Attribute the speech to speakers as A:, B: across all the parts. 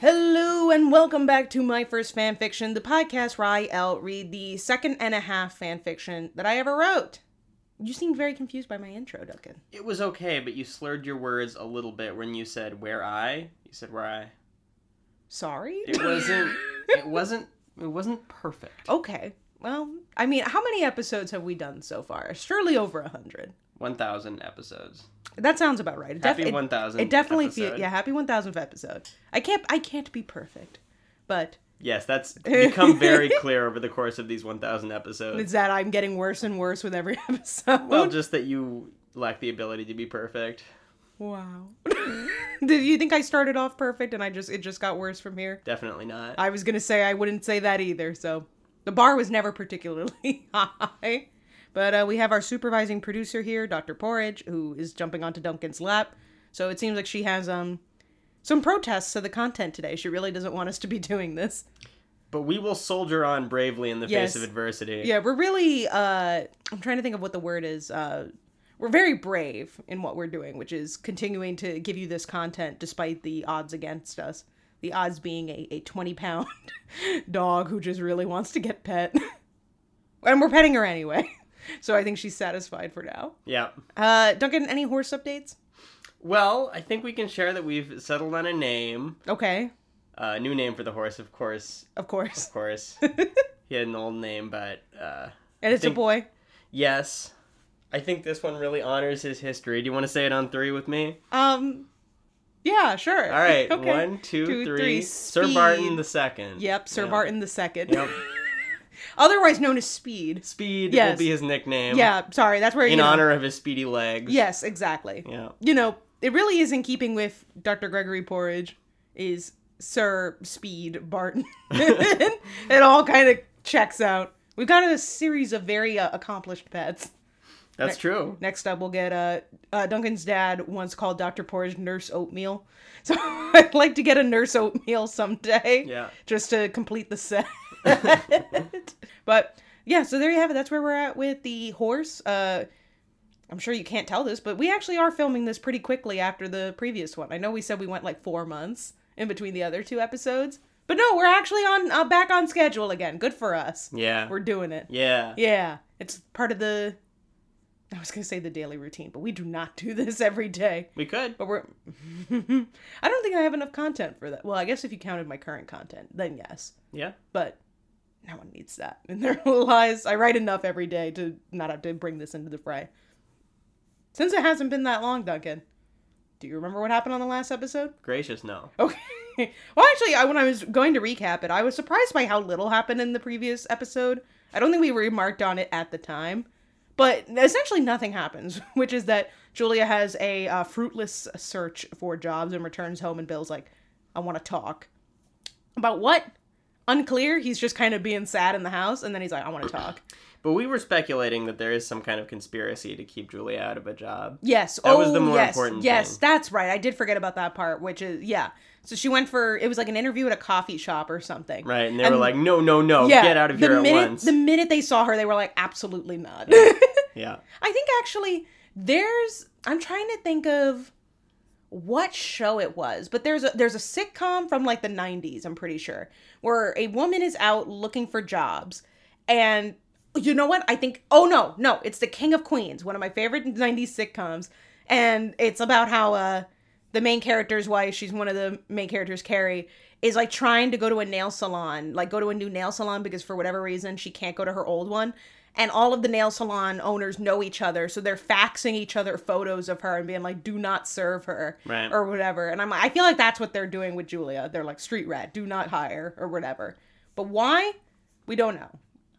A: Hello and welcome back to my first fanfiction, the podcast where I L read the second and a half fanfiction that I ever wrote. You seem very confused by my intro, Duncan.
B: It was okay, but you slurred your words a little bit when you said "where I." You said "where I."
A: Sorry.
B: It wasn't. it wasn't. It wasn't perfect.
A: okay. Well, I mean, how many episodes have we done so far? Surely over a hundred.
B: One thousand episodes.
A: That sounds about right. It
B: Happy
A: it-
B: 1000
A: It definitely feels
B: episode.
A: yeah. Happy one thousandth episode. I can't. I can't be perfect, but
B: Yes, that's become very clear over the course of these one thousand episodes.
A: it's that I'm getting worse and worse with every episode.
B: Well, just that you lack the ability to be perfect.
A: Wow. Did you think I started off perfect and I just it just got worse from here?
B: Definitely not.
A: I was gonna say I wouldn't say that either. So the bar was never particularly high. But uh, we have our supervising producer here, Dr. Porridge, who is jumping onto Duncan's lap. So it seems like she has um some protests to the content today. She really doesn't want us to be doing this.
B: But we will soldier on bravely in the
A: Yes.
B: face of adversity.
A: Yeah, we're really uh I'm trying to think of what the word is. Uh we're very brave in what we're doing, which is continuing to give you this content despite the odds against us. The odds being a, a 20 pound dog who just really wants to get pet. and we're petting her anyway. So I think she's satisfied for now.
B: yeah.
A: Uh Duncan, any horse updates?
B: Well, I think we can share that we've settled on a name.
A: Okay,
B: Uh, new name for the horse, of course.
A: of course.
B: Of course. he had an old name, but uh,
A: And it's a
B: think-
A: boy.
B: Yes. I think this one really honors his history. Do you want to say it on three with me?
A: Um yeah, sure.
B: All right.
A: Okay.
B: One, two, three.
A: Two, three,
B: Sir
A: speed.
B: Barton the second.
A: Yep, Sir
B: Yeah.
A: Barton the second.
B: Yep.
A: Otherwise known as Speed.
B: Speed
A: Yes.
B: will be his nickname.
A: Yeah, sorry, that's where
B: In
A: you know-
B: honor of his speedy legs.
A: Yes, exactly.
B: Yeah.
A: You know, it really is in keeping with Dr. Gregory Porridge is Sir Speed Barton. it all kind of checks out. We've got a series of very uh, accomplished pets.
B: That's true.
A: Next up, we'll get uh, uh, Duncan's dad once called Dr. Porridge Nurse Oatmeal. So I'd like to get a Nurse Oatmeal someday.
B: Yeah.
A: Just to complete the set. but yeah, so there you have it. That's where we're at with the horse. Uh, I'm sure you can't tell this, but we actually are filming this pretty quickly after the previous one. I know we said we went like four months in between the other two episodes, but no, we're actually on uh, back on schedule again. Good for us.
B: Yeah.
A: We're doing it.
B: Yeah.
A: Yeah, it's part of the. I was gonna say the daily routine, but we do not do this every day.
B: We could.
A: But we're. I don't think I have enough content for that. Well, I guess if you counted my current content, then yes.
B: Yeah.
A: But no one needs that in their lives. I write enough every day to not have to bring this into the fray. Since it hasn't been that long, Duncan, do you remember what happened on the last episode?
B: Gracious, no.
A: Okay. Well, actually, I, when I was going to recap it, I was surprised by how little happened in the previous episode. I don't think we remarked on it at the time, but essentially nothing happens, which is that Julia has a uh, fruitless search for jobs and returns home, and Bill's like, I want to talk. About what? Unclear. He's just kind of being sad in the house, and then he's like, I want to talk.
B: But we were speculating that there is some kind of conspiracy to keep Julia out of a job.
A: Yes.
B: That
A: oh,
B: was the more
A: yes.
B: important
A: Yes,
B: thing.
A: that's right. I did forget about that part, which is, yeah. So she went for, it was like an interview at a coffee shop or something.
B: Right. And they
A: And-
B: were like, no, no, no. Oh, Get out of
A: the
B: here
A: minute,
B: at once.
A: The minute they saw her, they were like, absolutely not.
B: yeah.
A: I think actually there's I'm trying to think of what show it was, but there's a there's a sitcom from like the 90s, I'm pretty sure, where a woman is out looking for jobs and you know what? I think oh no, no, it's The King of Queens, one of my favorite 90s sitcoms, and it's about how uh the main character's wife, she's one of the main characters, Carrie, is like trying to go to a nail salon, like go to a new nail salon because for whatever reason she can't go to her old one. And all of the nail salon owners know each other, so they're faxing each other photos of her and being like, "Do not serve her,"
B: Right.
A: or whatever. And I'm like, I feel like that's what they're doing with Julia. They're like, "Street rat, do not hire," or whatever. But why? We don't know.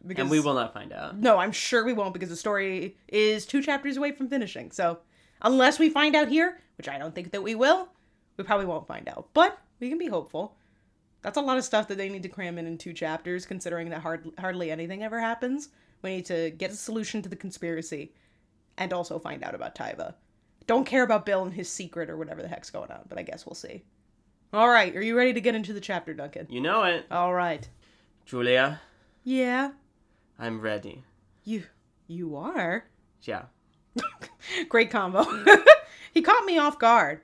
A: Because
B: And we will not find out.
A: no, I'm sure we won't because the story is two chapters away from finishing. So, unless we find out here, which I don't think that we will, we probably won't find out. But we can be hopeful. That's a lot of stuff that they need to cram in in two chapters, considering that hard, hardly anything ever happens. We need to get a solution to the conspiracy and also find out about Tyva. Don't care about Bill and his secret or whatever the heck's going on, but I guess we'll see. All right, are you ready to get into the chapter, Duncan?
B: You know it.
A: All right.
B: Julia,
A: Yeah,
B: I'm ready.
A: you you are.
B: Yeah. Mm-hmm.
A: Great combo. he caught me off guard.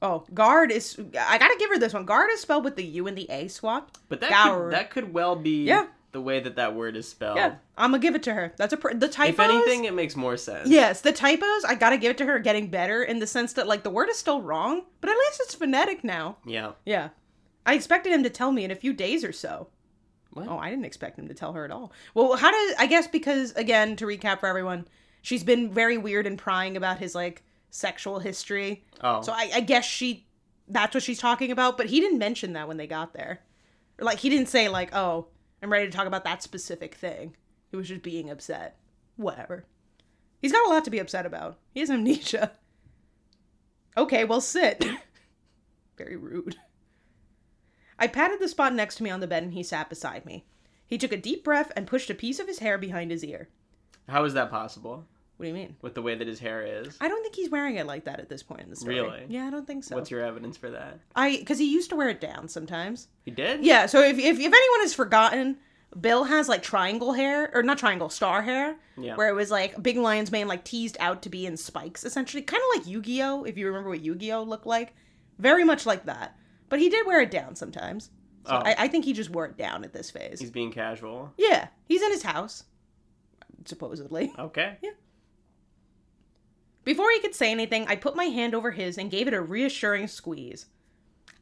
A: Oh, guard is. I gotta give her this one. Guard is spelled with the U and the A swapped.
B: But that
A: Gower.
B: could, that could well be
A: Yeah.
B: the way that that word is spelled.
A: Yeah, I'm gonna Oh, give it to her. That's a pr- the typos.
B: If anything, it makes more sense.
A: yes, the typos. I gotta give it to her. Getting better in the sense that like the word is still wrong, but at least it's phonetic now.
B: Yeah.
A: Yeah, I expected him to tell me in a few days or so.
B: What?
A: Oh, I didn't expect him to tell her at all. Well, how does I guess because again to recap for everyone, she's been very weird and prying about his like sexual history.
B: Oh.
A: So I, I guess she that's what she's talking about, but he didn't mention that when they got there. Or, Like he didn't say like, "Oh, I'm ready to talk about that specific thing." He was just being upset. Whatever. He's got a lot to be upset about. He has amnesia. Okay, well sit. Very rude. I patted the spot next to me on the bed and he sat beside me. He took a deep breath and pushed a piece of his hair behind his ear.
B: How is that possible
A: What do you mean?
B: with the way that his hair is?
A: I don't think he's wearing it like that at this point in the story.
B: Really?
A: Yeah, I don't think so.
B: What's your evidence for that?
A: I because he used to wear it down sometimes.
B: He did?
A: Yeah. So if if, if anyone has forgotten, Bill has like triangle hair or not triangle star hair,
B: Yeah.
A: where it was like big lion's mane like teased out to be in spikes essentially, kind of like Yu Gi Oh. If you remember what Yu Gi Oh looked like, very much like that. But he did wear it down sometimes. So
B: Oh.
A: I, I think he just wore it down at this phase.
B: He's being casual.
A: Yeah, he's in his house, supposedly.
B: Okay.
A: Before he could say anything, I put my hand over his and gave it a reassuring squeeze.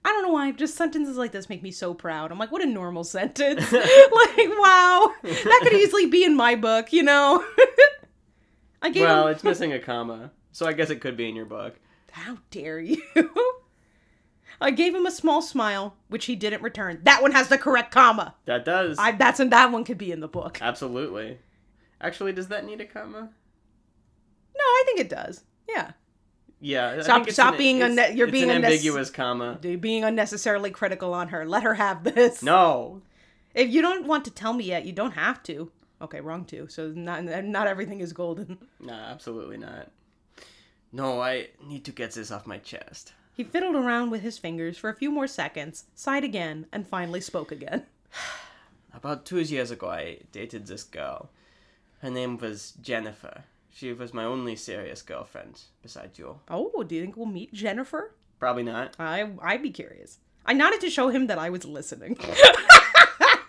A: I don't know why, just sentences like this make me so proud. I'm like, what a normal sentence. like, wow, that could easily be in my book, you know? I gave
B: Well,
A: him,
B: it's missing a comma, so I guess it could be in your book.
A: how dare you? I gave him a small smile, which he didn't return. That one has the correct comma.
B: That does.
A: I, that's and that one could be in the book.
B: Absolutely. Actually, does that need a comma?
A: No, I think it does. Yeah.
B: Yeah. I
A: Stop-
B: think it's
A: stop
B: an-
A: being
B: it's-
A: unne- you're
B: it's
A: being
B: an
A: unnes-
B: ambiguous comma.
A: Dude, Being unnecessarily critical on her. Let her have this.
B: No.
A: If you don't want to tell me yet, you don't have to. Okay, wrong too. So not not everything is golden.
B: Nah, absolutely not. No, I need to get this off my chest.
A: He fiddled around with his fingers for a few more seconds, sighed again, and finally spoke again.
B: About two years ago, I dated this girl. Her name was Jennifer. She was my only serious girlfriend, besides you.
A: Oh, do you think we'll meet Jennifer?
B: Probably not.
A: I I'd be curious. I nodded to show him that I was listening.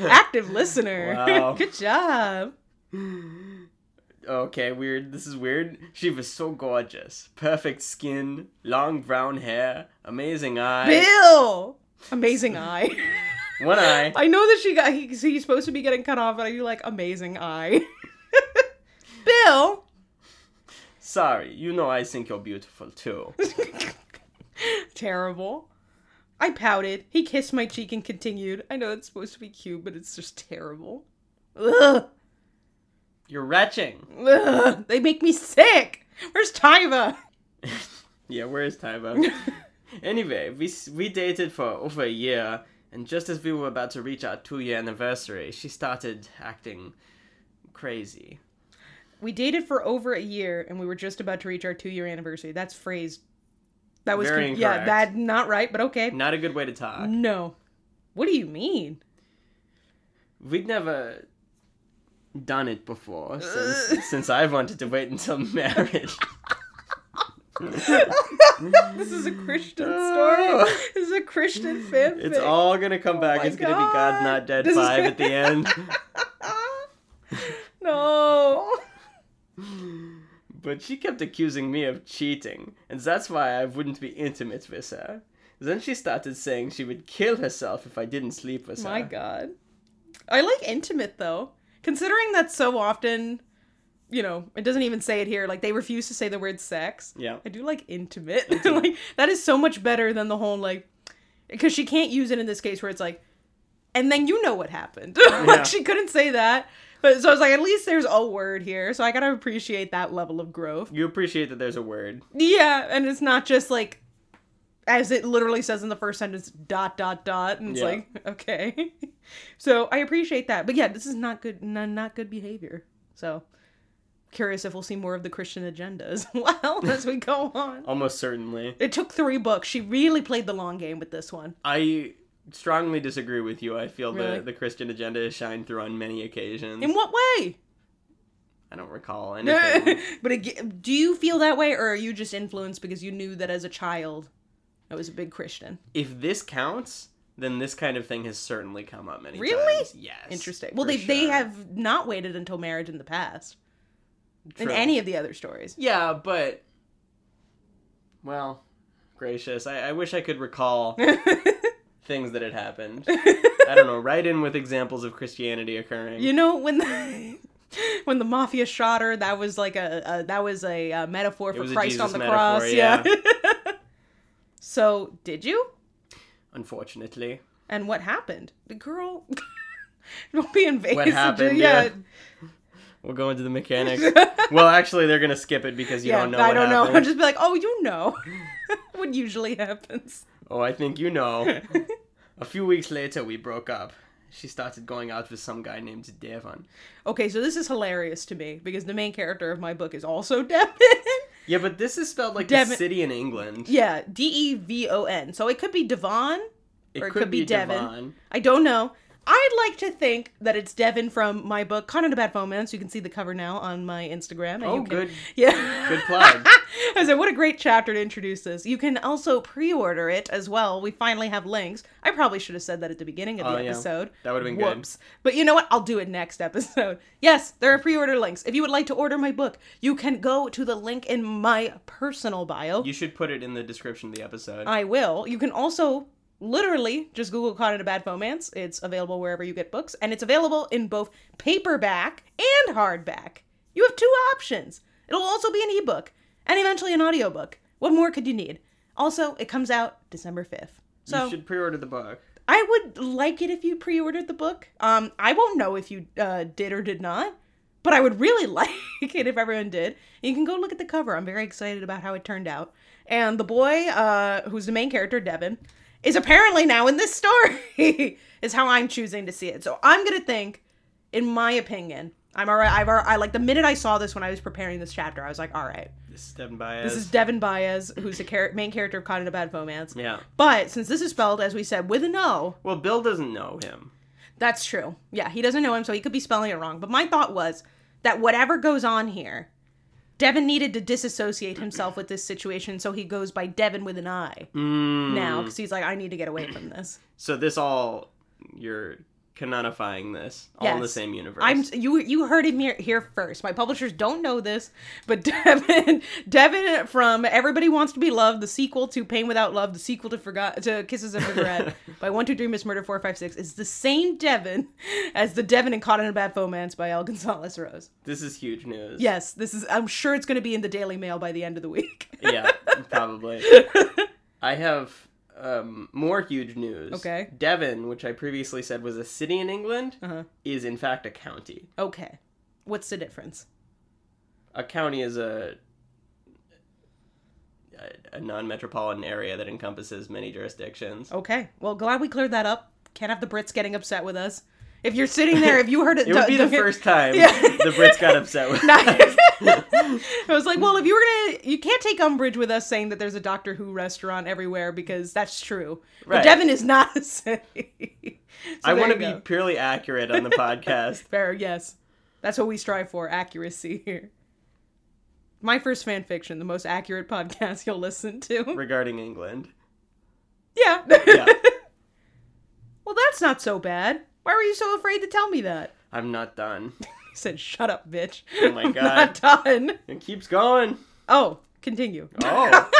A: Active listener.
B: Wow.
A: Good job.
B: Okay, weird. This is weird. She was so gorgeous. Perfect skin, long brown hair, amazing eye.
A: Bill. Amazing eye.
B: One eye.
A: I know that she got he, he's supposed to be getting cut off, but I do like amazing eye. Bill.
B: Sorry, you know I think you're beautiful too.
A: terrible. I pouted. He kissed my cheek and continued. I know it's supposed to be cute, but it's just terrible. Ugh.
B: You're retching.
A: Ugh. They make me sick. Where's Tyva?
B: Yeah, where is Tyba? anyway, we s- we dated for over a year, and just as we were about to reach our two-year anniversary, she started acting crazy.
A: We dated for over a year and we were just about to reach our two year anniversary. That's phrased. That was
B: Very
A: yeah,
B: incorrect.
A: that not right, but okay.
B: Not a good way to talk.
A: No. What do you mean?
B: We'd never done it before since, since I wanted to wait until marriage.
A: this is a Christian story.
B: Oh.
A: This is a Christian fanfic.
B: It's all gonna come back.
A: Oh my
B: it's gonna be God
A: God.
B: Not Dead
A: This is-
B: Five at the end.
A: Ah. no.
B: But she kept accusing me of cheating, and that's why I wouldn't be intimate with her. Then she started saying she would kill herself if I didn't sleep with
A: My
B: her.
A: God. I like intimate though, considering that so often, you know, it doesn't even say it here. Like they refuse to say the word sex.
B: Yeah.
A: I do like intimate. like that is so much better than the whole like, because she can't use it in this case where it's like, and then you know what happened.
B: Yeah.
A: like she couldn't say that. But so I was like, at least there's a word here, so I gotta appreciate that level of growth.
B: You appreciate that there's a word.
A: Yeah, and it's not just like, as it literally says in the first sentence, dot dot dot, and it's
B: Yeah.
A: like, okay. so I appreciate that, but yeah, this is not good, no, not good behavior. So curious if we'll see more of the Christian agenda as well as we go on.
B: Almost certainly.
A: It took three books. She really played the long game with this one.
B: I strongly disagree with you. I feel
A: Really?
B: Mm. the, the Christian agenda has shined through on many occasions.
A: In what way?
B: I don't recall anything.
A: but ag- do you feel that way, or are you just influenced because you knew that as a child I was a big Christian?
B: if this counts, then this kind of thing has certainly come up many
A: Really?
B: times. Yes.
A: Interesting. Well,
B: for
A: they they
B: sure.
A: have not waited until marriage in the past
B: True.
A: in any of the other stories.
B: Yeah, but well, gracious, I, I wish I could recall things that had happened. I don't know. Write in with examples of Christianity occurring.
A: You know when the when the mafia shot her, that was like a, a that was a, uh metaphor for
B: was a
A: Christ on
B: Jesus
A: the
B: metaphor,
A: cross. Yeah. so did you?
B: Unfortunately,
A: And what happened? The girl. Don't be invasive.
B: What happened,
A: Yeah.
B: we'll go into the mechanics. well, actually, they're gonna skip it because you
A: yeah,
B: don't know.
A: I
B: what
A: don't know. I'll
B: happened.
A: just be like, oh, you know, what usually happens.
B: Oh, I think you know. a few weeks later, we broke up. She started going out with some guy named Devon.
A: Okay, so this is hilarious to me because the main character of my book is also Devon.
B: Yeah, but this is spelled like
A: Devon-
B: the city in England.
A: yeah, D E V O N. So it could be Devon.
B: It,
A: or it
B: could,
A: could
B: be,
A: be Devon.
B: Devon.
A: I don't know. I'd like to think that it's Devon from my book, Con and a Bad Romance. You can see the cover now on my Instagram. and
B: Oh,
A: you can-
B: good-
A: Yeah.
B: Good plug.
A: I said, what a great chapter to introduce this. You can also pre order it as well. We finally have links. I probably should have said that at the beginning of
B: Oh,
A: the
B: yeah.
A: episode.
B: That would've been good.
A: Whoops. But you know what? I'll do it next episode. Yes, there are pre order links. If you would like to order my book, you can go to the link in my personal bio.
B: You should put it in the description of the episode.
A: I will. You can also literally just Google Caught in a Bad Romance. It's available wherever you get books, and it's available in both paperback and hardback. You have two options. It'll also be an ebook and eventually an audiobook. What more could you need? Also, it comes out December 5th. So
B: you should pre-order the book.
A: I would like it if you pre-ordered the book. Um, I won't know if you uh, did or did not, but I would really like it if everyone did. You can go look at the cover. I'm very excited about how it turned out. And the boy, uh, who's the main character, Devin, is apparently now in this story. is how I'm choosing to see it. So I'm gonna think, in my opinion, I'm alright. I've alright, I like the minute I saw this when I was preparing this chapter, I was like, all right,
B: This is Devon Baez.
A: this is Devin Baez, who's the char- main character of Caught in a Bad Romance.
B: yeah.
A: But since this is spelled, as we said, with an O,
B: Well, Bill doesn't know him.
A: that's true. Yeah, he doesn't know him, so he could be spelling it wrong. But my thought was that whatever goes on here, Devin needed to disassociate himself with this situation, so he goes by Devin with an I
B: Mm.
A: now because he's like, I need to get away from this.
B: So this all you're canonifying this all in the
A: Yes.
B: same universe.
A: I'm you. You heard him here, here first. My publishers don't know this, but Devin, Devin from Everybody Wants to Be Loved, the sequel to Pain Without Love, the sequel to Forgot to Kisses of Regret by One Two Three Miss Murder Four Five Six is the same Devin as the Devin in Caught in a Bad Romance by El Gonzalez Rose.
B: This is huge news.
A: Yes, this is. I'm sure it's going to be in the Daily Mail by the end of the week.
B: yeah, probably. I have um, more huge news.
A: Okay.
B: Devon, which I previously said was a city in England,
A: Uh-huh.
B: is in fact a county.
A: Okay, what's the difference?
B: A county is a a- a non-metropolitan area that encompasses many jurisdictions.
A: Okay, well, glad we cleared that up. Can't have the Brits getting upset with us. If you're sitting there, if you heard it,
B: It would
A: don't-
B: be the
A: don't get-
B: first time
A: Yeah.
B: the Brits got upset with.
A: I was like, well, if you were gonna, you can't take umbrage with us saying that there's a Doctor Who restaurant everywhere because that's true.
B: Right.
A: But Devon is not a city. So
B: I
A: there
B: want to
A: you
B: be
A: go.
B: purely accurate on the podcast.
A: fair. Yes, that's what we strive for: accuracy here. My first fan fiction, the most accurate podcast you'll listen to.
B: regarding England.
A: Yeah.
B: Yeah.
A: well, that's not so bad. Why were you so afraid to tell me that?
B: I'm not done.
A: He said, "Shut up, bitch."
B: Oh my
A: I'm
B: God.
A: Not done.
B: It keeps going.
A: Oh, continue.
B: Oh.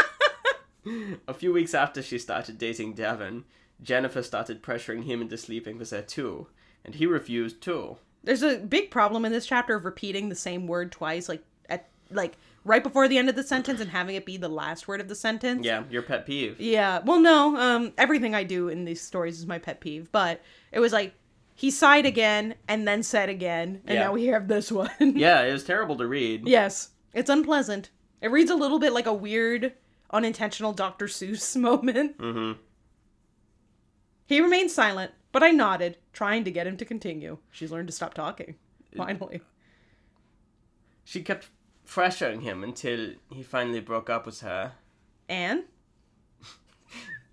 B: A few weeks after she started dating Devon, Jennifer started pressuring him into sleeping with her too, and he refused too.
A: There's a big problem in this chapter of repeating the same word twice, like at like right before the end of the sentence and having it be the last word of the sentence.
B: Yeah, your pet peeve.
A: Yeah. Well, no. Um, everything I do in these stories is my pet peeve, but it was like he sighed again and then said again, and
B: Yeah.
A: now we have this one.
B: Yeah, it was terrible to read.
A: yes, it's unpleasant. It reads a little bit like a weird, unintentional Dr. Seuss moment.
B: Mhm.
A: He remained silent, but I nodded, trying to get him to continue. She's learned to stop talking. Finally.
B: She kept pressuring him until he finally broke up with her.
A: Anne?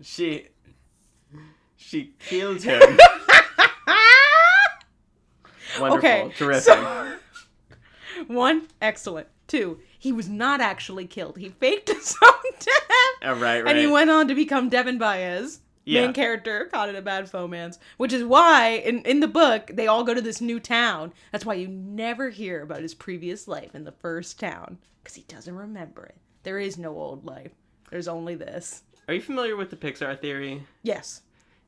B: She. She killed him. Wonderful.
A: Okay,
B: Terrific.
A: so- One, excellent. Two, he was not actually killed. He faked his own death.
B: Oh, right, right.
A: And he went on to become Devin Baez,
B: Yeah.
A: main character, caught in a bad fomance. Which is why in, in the book they all go to this new town. That's why you never hear about his previous life in the first town. Because he doesn't remember it. There is no old life. There's only this.
B: Are you familiar with the Pixar theory?
A: Yes.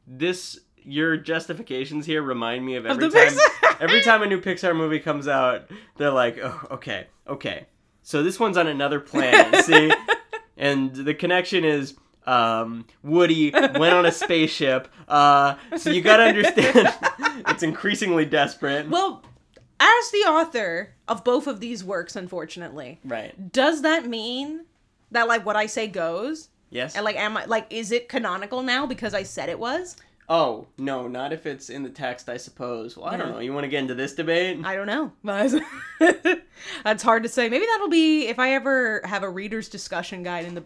B: This your justifications here remind me of every
A: the
B: time
A: Pixar.
B: every time a new Pixar movie comes out, they're like, "Oh, okay. Okay. So this one's on another planet, see? And the connection is um, Woody went on a spaceship. Uh, so you got to understand it's increasingly desperate.
A: Well, as the author of both of these works, unfortunately,
B: right.
A: does that mean that like what I say goes?
B: Yes.
A: And like, am I like, is it canonical now because I said it was?
B: oh, no, not if it's in the text, I suppose. Well, I don't
A: No.
B: know. You want to get into this debate?
A: I don't know. That's hard to say. Maybe that'll be if I ever have a reader's discussion guide in the.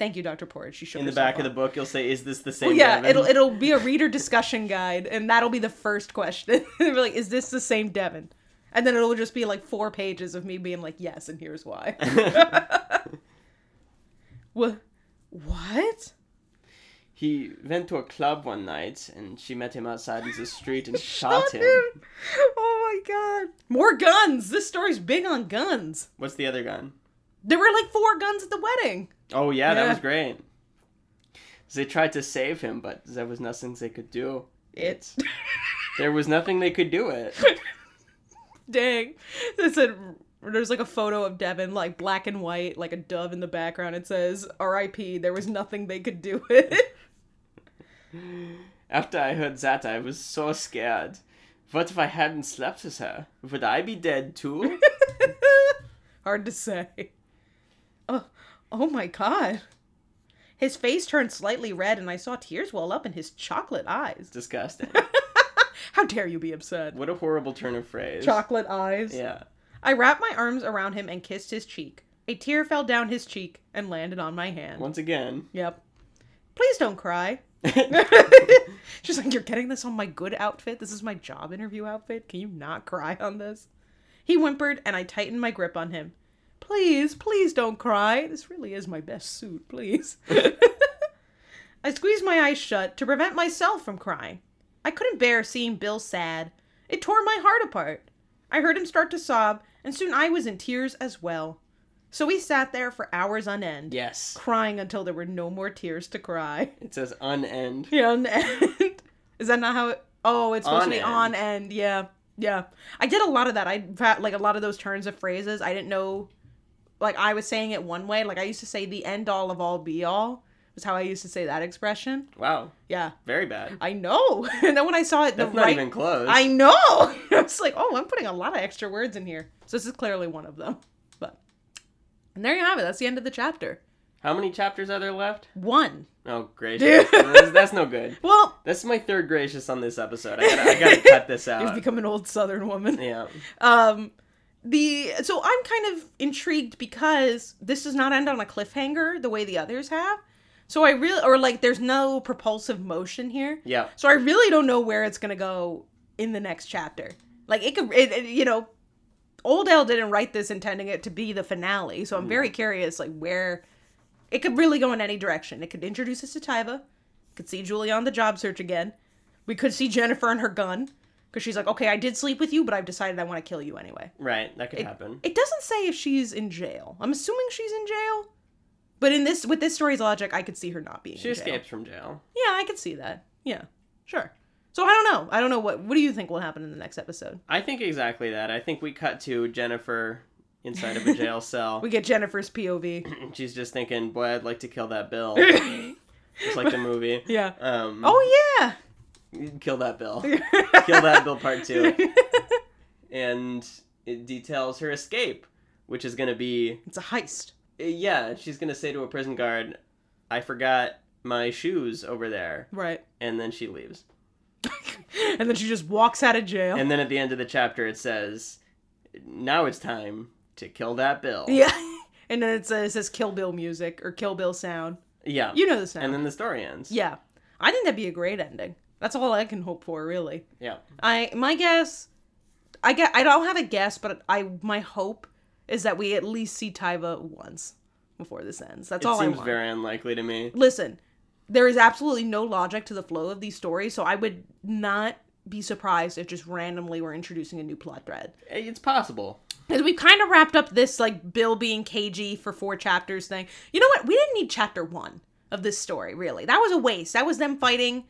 A: Thank you, Dr. Porridge. She shook
B: in the
A: herself
B: back of the
A: up.
B: book, you'll say, "Is this the same?"
A: yeah,
B: Devin?"
A: it'll it'll be a reader discussion guide, and that'll be the first question. They'll be like, is this the same Devin? And then it'll just be like four pages of me being like, yes, and here's why. Wha- what?
B: he went to a club one night, and she met him outside in the street and
A: Oh,
B: shot him.
A: dude. Oh my god. More guns. This story's big on guns.
B: What's the other gun?
A: There were like four guns at the wedding.
B: Oh yeah, that
A: Yeah.
B: was great. They tried to save him, but there was nothing they could do.
A: It's
B: There was nothing they could do it.
A: dang. It said there's like a photo of Devin, like black and white, like a dove in the background. It says R.I.P. There was nothing they could do it.
B: After I heard that, I was so scared. What if I hadn't slept with her? Would I be dead too?
A: Hard to say. Oh, oh my god. His face turned slightly red, and I saw tears well up in his chocolate eyes.
B: Disgusting.
A: How dare you be upset?
B: What a horrible turn of phrase.
A: Chocolate eyes.
B: Yeah.
A: I wrapped my arms around him and kissed his cheek. A tear fell down his cheek and landed on my hand.
B: Once again.
A: Yep. Please don't cry. She's like, You're getting this on my good outfit? This is my job interview outfit? Can you not cry on this? He whimpered and I tightened my grip on him. Please, please don't cry. This really is my best suit, please. I squeezed my eyes shut to prevent myself from crying. I couldn't bear seeing Bill sad. It tore my heart apart. I heard him start to sob, and soon I was in tears as well. So we sat there for hours on end
B: yes.
A: crying until there were no more tears to cry.
B: It says unend.
A: Yeah, on end. Is that not how it? Oh, it's supposed
B: On
A: to be
B: end.
A: on end. Yeah, yeah. I did a lot of that. I fa- like a lot of those turns of phrases. I didn't know, like I was saying it one way. Like I used to say the end all of all be all was how I used to say that expression.
B: Wow.
A: Yeah,
B: Very bad.
A: I know. and then when I saw it, the
B: That's not
A: right.
B: even close.
A: I know. it's like, oh, I'm putting a lot of extra words in here. So this is clearly one of them. But and there you have it. That's the end of the chapter.
B: How many chapters are there left?
A: One.
B: Oh,
A: Dude.
B: gracious. that's, that's no good.
A: Well,
B: That's my third gracious on this episode. I gotta, I gotta cut this
A: You've
B: out.
A: become an old Southern woman.
B: Uh, Yeah.
A: Um, the so I'm kind of intrigued because this does not end on a cliffhanger the way the others have. So I really or like there's no propulsive motion here.
B: Yeah.
A: So I really don't know where it's gonna go in the next chapter. Like it could, it, it- you know, Old Al didn't write this intending it to be the finale. So I'm very curious, like where it could really go in any direction. It could introduce us to Tyva. Could see Julie on the job search again. We could see Jennifer and her gun because she's like, okay, I did sleep with you, but I've decided I want to kill you anyway.
B: Right. That could happen.
A: It doesn't say if she's in jail. I'm assuming she's in jail. But in this, with this story's logic, I could see her not being.
B: She
A: in jail.
B: escapes from jail.
A: Yeah, I could see that. Yeah, sure. So I don't know. I don't know what. What do you think will happen in the next episode?
B: I think exactly that. I think we cut to Jennifer inside of a jail cell.
A: We get Jennifer's POV.
B: and She's just thinking, boy, I'd like to kill that Bill. just like the movie.
A: yeah.
B: Um,
A: Oh yeah.
B: Kill that Bill. kill that Bill Part 2. And it details her escape, which is gonna be
A: It's a heist.
B: Uh, Yeah, she's gonna say to a prison guard, "I forgot my shoes over there,"
A: Right.
B: and then she leaves.
A: and then she just walks out of jail.
B: And then at the end of the chapter, it says, "Now it's time to kill that bill."
A: yeah. And then it says, it says Kill Bill music or Kill Bill sound.
B: yeah.
A: You know the sound.
B: and then the story ends.
A: yeah. I think that'd be a great ending. That's all I can hope for, really.
B: Yeah.
A: I my guess I get I don't have a guess, but I my hope is that we at least see Taiva once before this ends. That's
B: it
A: all Oh, I
B: seems
A: want.
B: very unlikely to me.
A: Listen, there is absolutely no logic to the flow of these stories, so I would not be surprised if just randomly we're introducing a new plot thread.
B: Eh, It's possible.
A: Because we've kind of wrapped up this like Bill being cagey for four chapters thing. You know what? We didn't need chapter one of this story, really. That was a waste. That was them fighting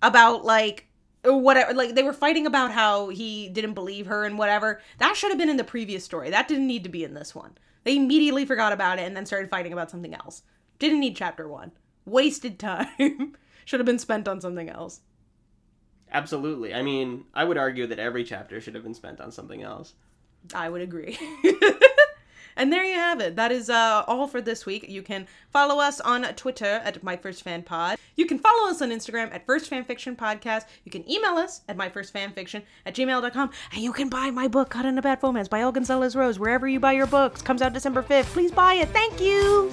A: about like or whatever like they were fighting about how he didn't believe her and whatever. That should have been in the previous story. That didn't need to be in this one. They immediately forgot about it and then started fighting about something else. Didn't need chapter one. Wasted time. should have been spent on something else.
B: Absolutely. I mean, I would argue that every chapter should have been spent on something else.
A: I would agree. and there you have it. That is uh, all for this week. You can follow us on Twitter at My First Fan Pod. You can follow us on Instagram at First Fan Fiction Podcast. You can email us at myfirstfanfiction at gmail.com. And you can buy my book, Caught in a Bad Romance by El Gonzalez Rose, wherever you buy your books. Comes out December 5th. Please buy it. Thank you.